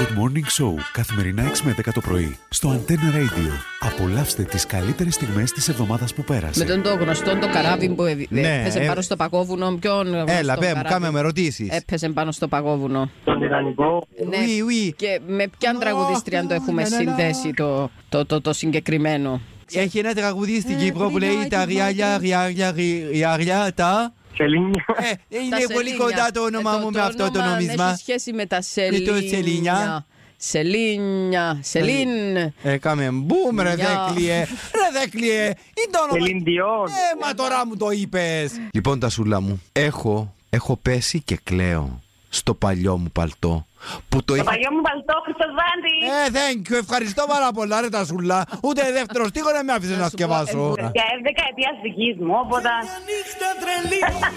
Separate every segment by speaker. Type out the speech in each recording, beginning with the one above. Speaker 1: Good Morning Show, καθημερινά 6 με 10 το πρωί, στο Antenna Radio. Απολαύστε τις καλύτερες στιγμές της εβδομάδας που
Speaker 2: Με
Speaker 1: πέρασε.
Speaker 2: τον το γνωστό το καράβι που έδι-
Speaker 3: Ναι,
Speaker 2: έπεσε
Speaker 3: ε,
Speaker 2: πάνω στο παγόβουνο. Ποιον γνωστό
Speaker 3: Έλα, πε μου,
Speaker 2: καράβι
Speaker 3: κάμε με ερωτήσεις.
Speaker 2: Έπεσε πάνω στο παγόβουνο.
Speaker 4: Τον Ιδανικό.
Speaker 2: Ναι.
Speaker 3: Ουι, ουι.
Speaker 2: Και με ποιαν
Speaker 3: Ω, ναι,
Speaker 2: τραγουδίστρια το έχουμε
Speaker 3: λα, λα, λα.
Speaker 2: συνδέσει το, το, το, το συγκεκριμένο.
Speaker 3: Έχει ένα τραγουδί
Speaker 2: Ε,
Speaker 3: στην Κύπρο που λέει Τα ριάλια, ριάλια, ρι- ριάλια, τα.
Speaker 4: Σελήνια.
Speaker 3: Ε,
Speaker 2: Τα
Speaker 3: είναι πολύ
Speaker 2: σελήνια.
Speaker 3: κοντά το όνομά
Speaker 2: Ε,
Speaker 3: μου με αυτό το
Speaker 2: όνομα
Speaker 3: νομισμά.
Speaker 2: Έχει σχέση με τα
Speaker 3: Με το
Speaker 2: σελήνια.
Speaker 3: σελήνια.
Speaker 2: Σελήνια. Σελήν.
Speaker 3: Ε, κάμε μπούμ,
Speaker 2: Μια.
Speaker 3: ρε δέκλειε. Ρε δέκλειε, είναι το όνομα.
Speaker 4: Σελήνδιον.
Speaker 3: Ε, μα τώρα μου το είπες. Λοιπόν, τα σούλα μου, έχω, έχω πέσει και κλαίω στο παλιό μου παλτό. Που το
Speaker 5: Το
Speaker 3: είχα.
Speaker 5: παλιό μου παλτό, Χρυσό Βάντη.
Speaker 3: Ε, thank you, ευχαριστώ πάρα πολλά, ρε τα σούλα. Ούτε δεύτερο στίχο δεν με άφησες να
Speaker 2: σου πω,
Speaker 3: σκεφάσω.
Speaker 2: ε,
Speaker 5: Για δεκαετία δική μου, όποτε.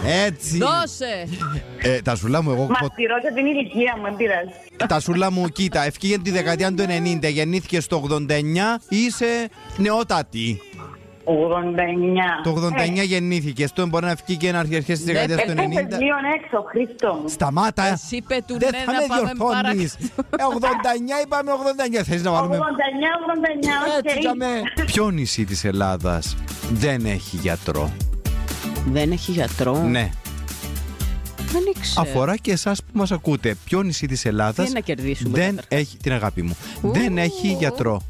Speaker 3: Ε, Έτσι.
Speaker 2: Δώσε.
Speaker 3: Ε, τα σούλα μου, εγώ έχω
Speaker 5: Μαστηρό και την ηλικία μου, δεν πειράζει.
Speaker 3: Τα σούλα μου, κοίτα, ευκήγε τη δεκαετία του 90, γεννήθηκε στο 89, είσαι νεότατη.
Speaker 5: 89.
Speaker 3: Το 89
Speaker 5: Ε,
Speaker 3: γεννήθηκε, το μπορεί να βγει και να αρχίσει τη δεκαετία του
Speaker 5: ε,
Speaker 3: 90.
Speaker 5: πέφτες Λίον έξω, Χρήστο μου.
Speaker 3: Σταμάτα.
Speaker 2: Εσύ είπε του
Speaker 3: Ε, Δεν
Speaker 2: ναι,
Speaker 3: θα
Speaker 2: να
Speaker 3: με
Speaker 2: πάμε
Speaker 3: διορθώνεις. 89 είπαμε 89. Θες να βάλουμε.
Speaker 5: 89, 89,
Speaker 3: Ε, Έτσι,
Speaker 5: οκ.
Speaker 3: τζαμέ. Ποιο νησί της Ελλάδας δεν έχει γιατρό.
Speaker 2: Δεν έχει γιατρό.
Speaker 3: Ναι.
Speaker 2: Δεν ήξερα.
Speaker 3: Αφορά και εσάς που μας ακούτε. Ποιο νησί της Ελλάδας
Speaker 2: Τι να κερδίσουμε
Speaker 3: δεν
Speaker 2: καταρχάς.
Speaker 3: έχει. Την αγάπη μου.
Speaker 2: Ου.
Speaker 3: Δεν έχει γιατρό.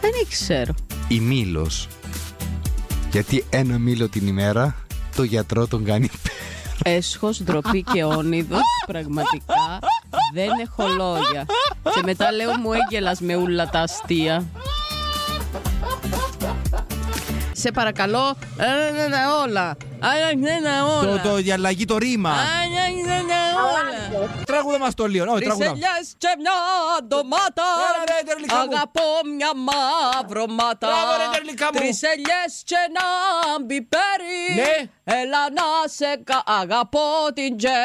Speaker 2: Δεν ήξερα.
Speaker 3: η μήλος Γιατί ένα μήλο την ημέρα το γιατρό τον κάνει.
Speaker 2: Έσχος, ντροπή και όνειδος. Πραγματικά δεν έχω λόγια. Και μετά λέω μου έγγελας με ούλα τα αστεία. Σε παρακαλώ, ένα όλα. Ένα ε, όλα.
Speaker 3: το, το διαλλαγή το ρήμα.
Speaker 2: Ένα ε, όλα.
Speaker 3: Τραγούδα μας το λίγο. Όχι, τραγούδα.
Speaker 2: Τρισελιές και μια ντομάτα
Speaker 3: Έλα, ρε, τερλικά μου.
Speaker 2: Αγαπώ μια μαύρο μάτα
Speaker 3: Μπράβο, ρε, τερλικά μου.
Speaker 2: Τρισελιές και ένα μπιπέρι
Speaker 3: Ναι.
Speaker 2: Έλα να σε κα... αγαπώ την και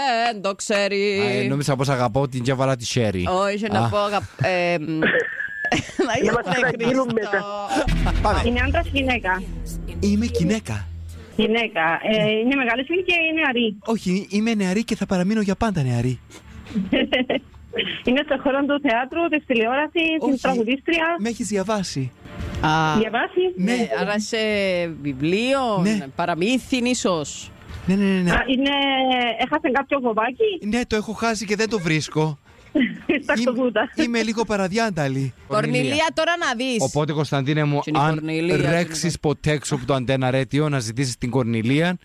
Speaker 2: το ξέρει
Speaker 3: Α, ε, Νόμισα πως αγαπώ την Τζαβαρά τη Σέρι.
Speaker 2: Όχι να
Speaker 3: Α,
Speaker 2: πω αγαπώ ε, μ, Να
Speaker 4: μας
Speaker 2: γίνετε
Speaker 4: παραγγείλουν
Speaker 2: Χριστό
Speaker 4: μετά.
Speaker 3: Πάμε.
Speaker 5: Είναι άντρας γυναίκα.
Speaker 3: Είμαι γυναίκα.
Speaker 5: Γυναίκα. Ε, είναι μεγάλη φίλη και είναι αρή.
Speaker 3: Όχι, είμαι νεαρή και θα παραμείνω για πάντα νεαρή.
Speaker 5: είναι στον χώρο του θεάτρου, της τηλεόρασης, της
Speaker 3: Όχι.
Speaker 5: τραγουδίστρια.
Speaker 3: Με έχεις διαβάσει.
Speaker 2: Α,
Speaker 5: Διαβάσει.
Speaker 3: Ναι.
Speaker 2: ναι, Άρα σε βιβλίο,
Speaker 3: Ναι.
Speaker 2: παραμύθιν ίσως
Speaker 3: Ναι, ναι, ναι. ναι.
Speaker 5: Α, Είναι... Έχασε κάποιο φοβάκι.
Speaker 3: Ναι, το έχω χάσει και δεν το βρίσκω.
Speaker 5: Στα
Speaker 3: Είμαι-
Speaker 5: κουδούτα.
Speaker 3: Είμαι λίγο παραδιάνταλη.
Speaker 2: Κορνηλία τώρα να δεις
Speaker 3: Οπότε, Κωνσταντίνε μου,
Speaker 2: Και είναι η
Speaker 3: αν
Speaker 2: Κορνηλία,
Speaker 3: ρέξει
Speaker 2: είναι.
Speaker 3: ποτέ έξω από το αντένα ρέτιο, να ζητήσεις την Κορνηλία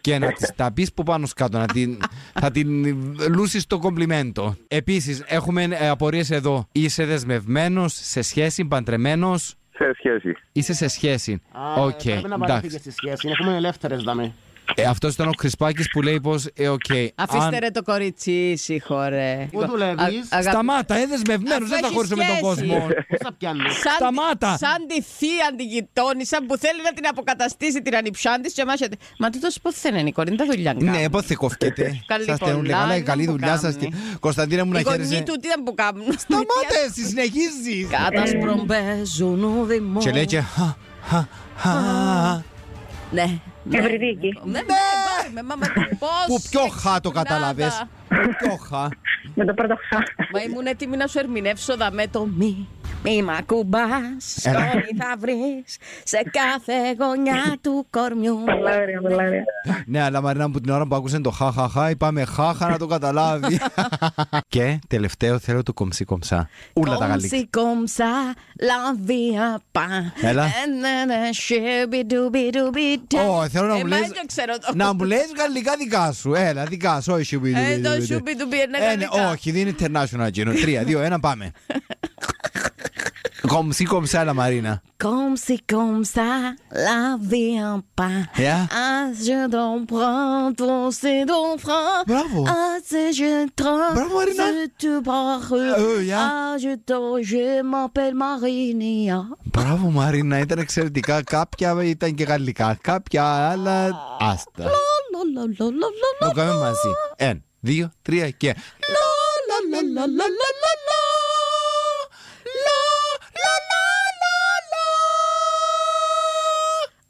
Speaker 3: και να της τα πεις που πάνω σκάτω. Να την, θα την λούσεις το κομπλιμέντο. Επίσης, έχουμε απορίες εδώ. Είσαι δεσμευμένος, σε σχέση, παντρεμένος.
Speaker 6: Σε σχέση.
Speaker 3: Είσαι σε σχέση.
Speaker 2: ε,
Speaker 7: Α,
Speaker 3: Οκ.
Speaker 7: Πρέπει να παρέχει
Speaker 3: εντάξει.
Speaker 7: στη σχέση. Έχουμε ελεύθερες δαμέ.
Speaker 3: Ε, Αυτός ήταν ο Κρυσπάκη που λέει πως. Ε, οκ.
Speaker 2: Αφήστε
Speaker 3: αν-
Speaker 2: ρε το κορίτσι ήσυχο ρε.
Speaker 7: Πού δουλεύεις?
Speaker 2: Α- αγα-
Speaker 3: Σταμάτα, ε, δεσμευμένο,
Speaker 2: Αφού
Speaker 3: δεν θα
Speaker 2: έχεις
Speaker 3: χωρίσω με τον
Speaker 2: σχέση.
Speaker 3: κόσμο.
Speaker 7: Πώ θα πιάνεις.
Speaker 2: Σαν,
Speaker 3: Σταμάτα.
Speaker 2: σαν τη θεία την γειτόνισσα που θέλει να την αποκαταστήσει την ανιψιάν της και μάχεται. Μα τούτος πότε δεν είναι η κόρη, δεν τα δουλειά
Speaker 3: Ναι,
Speaker 2: κάνει.
Speaker 3: πότε θα κοφτείτε.
Speaker 2: Καλή
Speaker 3: Σας
Speaker 2: πολλά,
Speaker 3: θεούν καλά, η
Speaker 2: να
Speaker 3: καλή
Speaker 2: μου
Speaker 3: δουλειά σα.
Speaker 2: κάνει.
Speaker 3: Κωνσταντίνα μου να
Speaker 2: Οι
Speaker 3: χαίρεσαι.
Speaker 2: γονείς του τι δεν που κάνουν.
Speaker 3: Σταμάτα εσύ, συνεχίζεις.
Speaker 2: Κατασπρομπέζουν ο δημός.
Speaker 3: Και λέει και χα, χα, χα.
Speaker 2: Ναι. ναι.
Speaker 5: Ευρυδίκη.
Speaker 2: Ναι, ναι, πάρε με, μα με το πώς
Speaker 3: Που πιο
Speaker 2: σε
Speaker 3: χα το
Speaker 2: ξυπνάδα.
Speaker 3: καταλάβες. Που Πιο χα.
Speaker 5: Με το πρώτο χά.
Speaker 2: Μα ήμουν έτοιμη να σου ερμηνεύσω δαμέ το μη. Μη μ' ακουμπάς,
Speaker 3: Έλα.
Speaker 2: σκόνη θα βρεις σε κάθε γωνιά του κορμιού.
Speaker 5: Πολλά ωραία, πολλά ωραία.
Speaker 3: Ναι, αλλά Μαρίνα μου την ώρα που άκουσε το χα χα χα, είπαμε χα χα να το καταλάβει. Και τελευταίο θέλω το κομψή κομψά. Ούλα τα γαλλικά.
Speaker 2: Κόμψη κόμψα, λαβή απά.
Speaker 3: Έλα. Ω,
Speaker 2: Ω,
Speaker 3: θέλω να μου λες-
Speaker 2: δεν ξέρω Ε, το.
Speaker 3: Να μου λες γαλλικά δικά σου. Έλα, δικά σου, όχι σιουμπι.
Speaker 2: Ε, το σιουμπι-ντουμπι είναι
Speaker 3: Ε, ναι,
Speaker 2: γαλλικά.
Speaker 3: Όχι, δεν είναι international Gino. Τρία, δύο, ένα, πάμε. Κομψή κομψά, έλα Μαρίνα.
Speaker 2: Κόμψη κόμψα, λαβή απά.
Speaker 3: Yeah.
Speaker 2: Ας Ah, je t'en prends ton c'est ton frein.
Speaker 3: Bravo.
Speaker 2: Ah, c'est je t'en.
Speaker 3: Bravo, Marina.
Speaker 2: Je te parle.
Speaker 3: Euh, yeah.
Speaker 2: Ah, je t'en. Je m'appelle Oh, Marinia.
Speaker 3: Μπράβο Μαρίνα, ήταν εξαιρετικά. Κάποια ήταν και γαλλικά, κάποια άλλα. Άστα.
Speaker 2: La, la, la, la, la,
Speaker 3: Να
Speaker 2: la.
Speaker 3: το κάνουμε μαζί. Ένα, δύο, τρία και.
Speaker 2: La, la, la, la, la, la, la. La, la, la, la, la.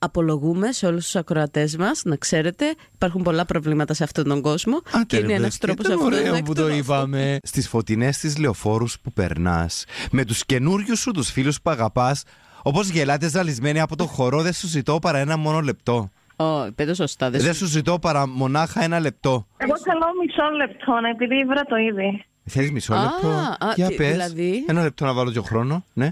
Speaker 2: Απολογούμε σε όλους τους ακροατές μας, να ξέρετε. Υπάρχουν πολλά προβλήματα σε αυτόν τον κόσμο. και είναι ένα τρόπος
Speaker 3: Ήταν
Speaker 2: αυτός
Speaker 3: ωραίο
Speaker 2: να
Speaker 3: που το
Speaker 2: εκδηλώσουμε.
Speaker 3: είπαμε. Στις φωτεινές της λεωφόρους που περνάς, με τους καινούριους σου τους φίλους που αγαπάς, όπως γελάτε ζαλισμένοι από το χορό, δεν σου ζητώ παρά ένα μόνο λεπτό.
Speaker 2: Ω, πέντε σωστά. Δεν
Speaker 3: Δεν
Speaker 2: σου-
Speaker 3: σου ζητώ παρά μονάχα ένα λεπτό.
Speaker 5: Εγώ καλώ μισό λεπτό, επειδή ήβρα το ήδη.
Speaker 3: Θέλεις μισό
Speaker 2: Α,
Speaker 3: λεπτό.
Speaker 2: α,
Speaker 3: Για
Speaker 2: τι-
Speaker 3: πες.
Speaker 2: δηλαδή?
Speaker 3: Ένα λεπτό να βάλω και χρόνο. Ναι.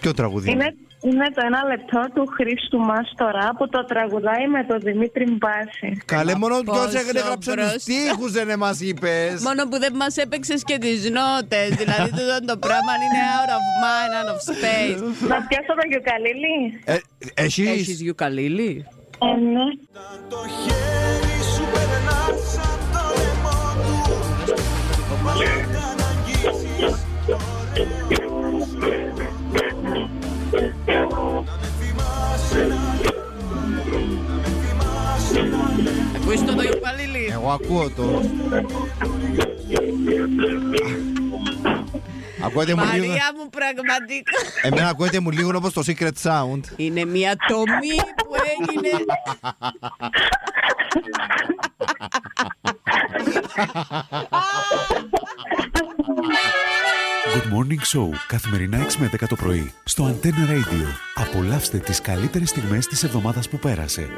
Speaker 3: Ποιο τραγούδι
Speaker 5: Είναι, είναι το ένα λεπτό του Χρήστου Μάστορα που το τραγουδάει με τον Δημήτρη Μπάση.
Speaker 3: Καλέ, μόνο
Speaker 2: Πόσο
Speaker 3: ποιο δεν έγραψε
Speaker 2: μπροστά.
Speaker 3: του τείχου δεν μας είπες.
Speaker 2: Μόνο που δεν μας έπαιξες και τις νότες. δηλαδή, τούτο το πράγμα είναι out of mind, out of
Speaker 3: Ε,
Speaker 2: space.
Speaker 5: Να πιάσω τον Γιουκαλίλη.
Speaker 3: Έχει.
Speaker 2: Έχεις γιουκαλίλη.
Speaker 5: Ε, ναι.
Speaker 6: Το χέρι σου περνά σαν το λαιμό του Το μάλλον να αγγίξεις ωραίο σου αιώνο. Να με θυμάσαι να λείπω, να με θυμάσαι να λείπω
Speaker 2: Ακούστε το, το γιουκαλίλη.
Speaker 3: Εγώ ακούω το. Ακούγεται μου λίγο.
Speaker 2: Μαρία μου, πραγματικά.
Speaker 3: Εμένα ακούγεται μου λίγο όπως το Secret Sound.
Speaker 2: Είναι μια τομή που έγινε.
Speaker 1: Good Morning Show, καθημερινά 6 με 10 το πρωί, στο Antenna Radio. Απολαύστε τις καλύτερες στιγμές της εβδομάδας που πέρασε.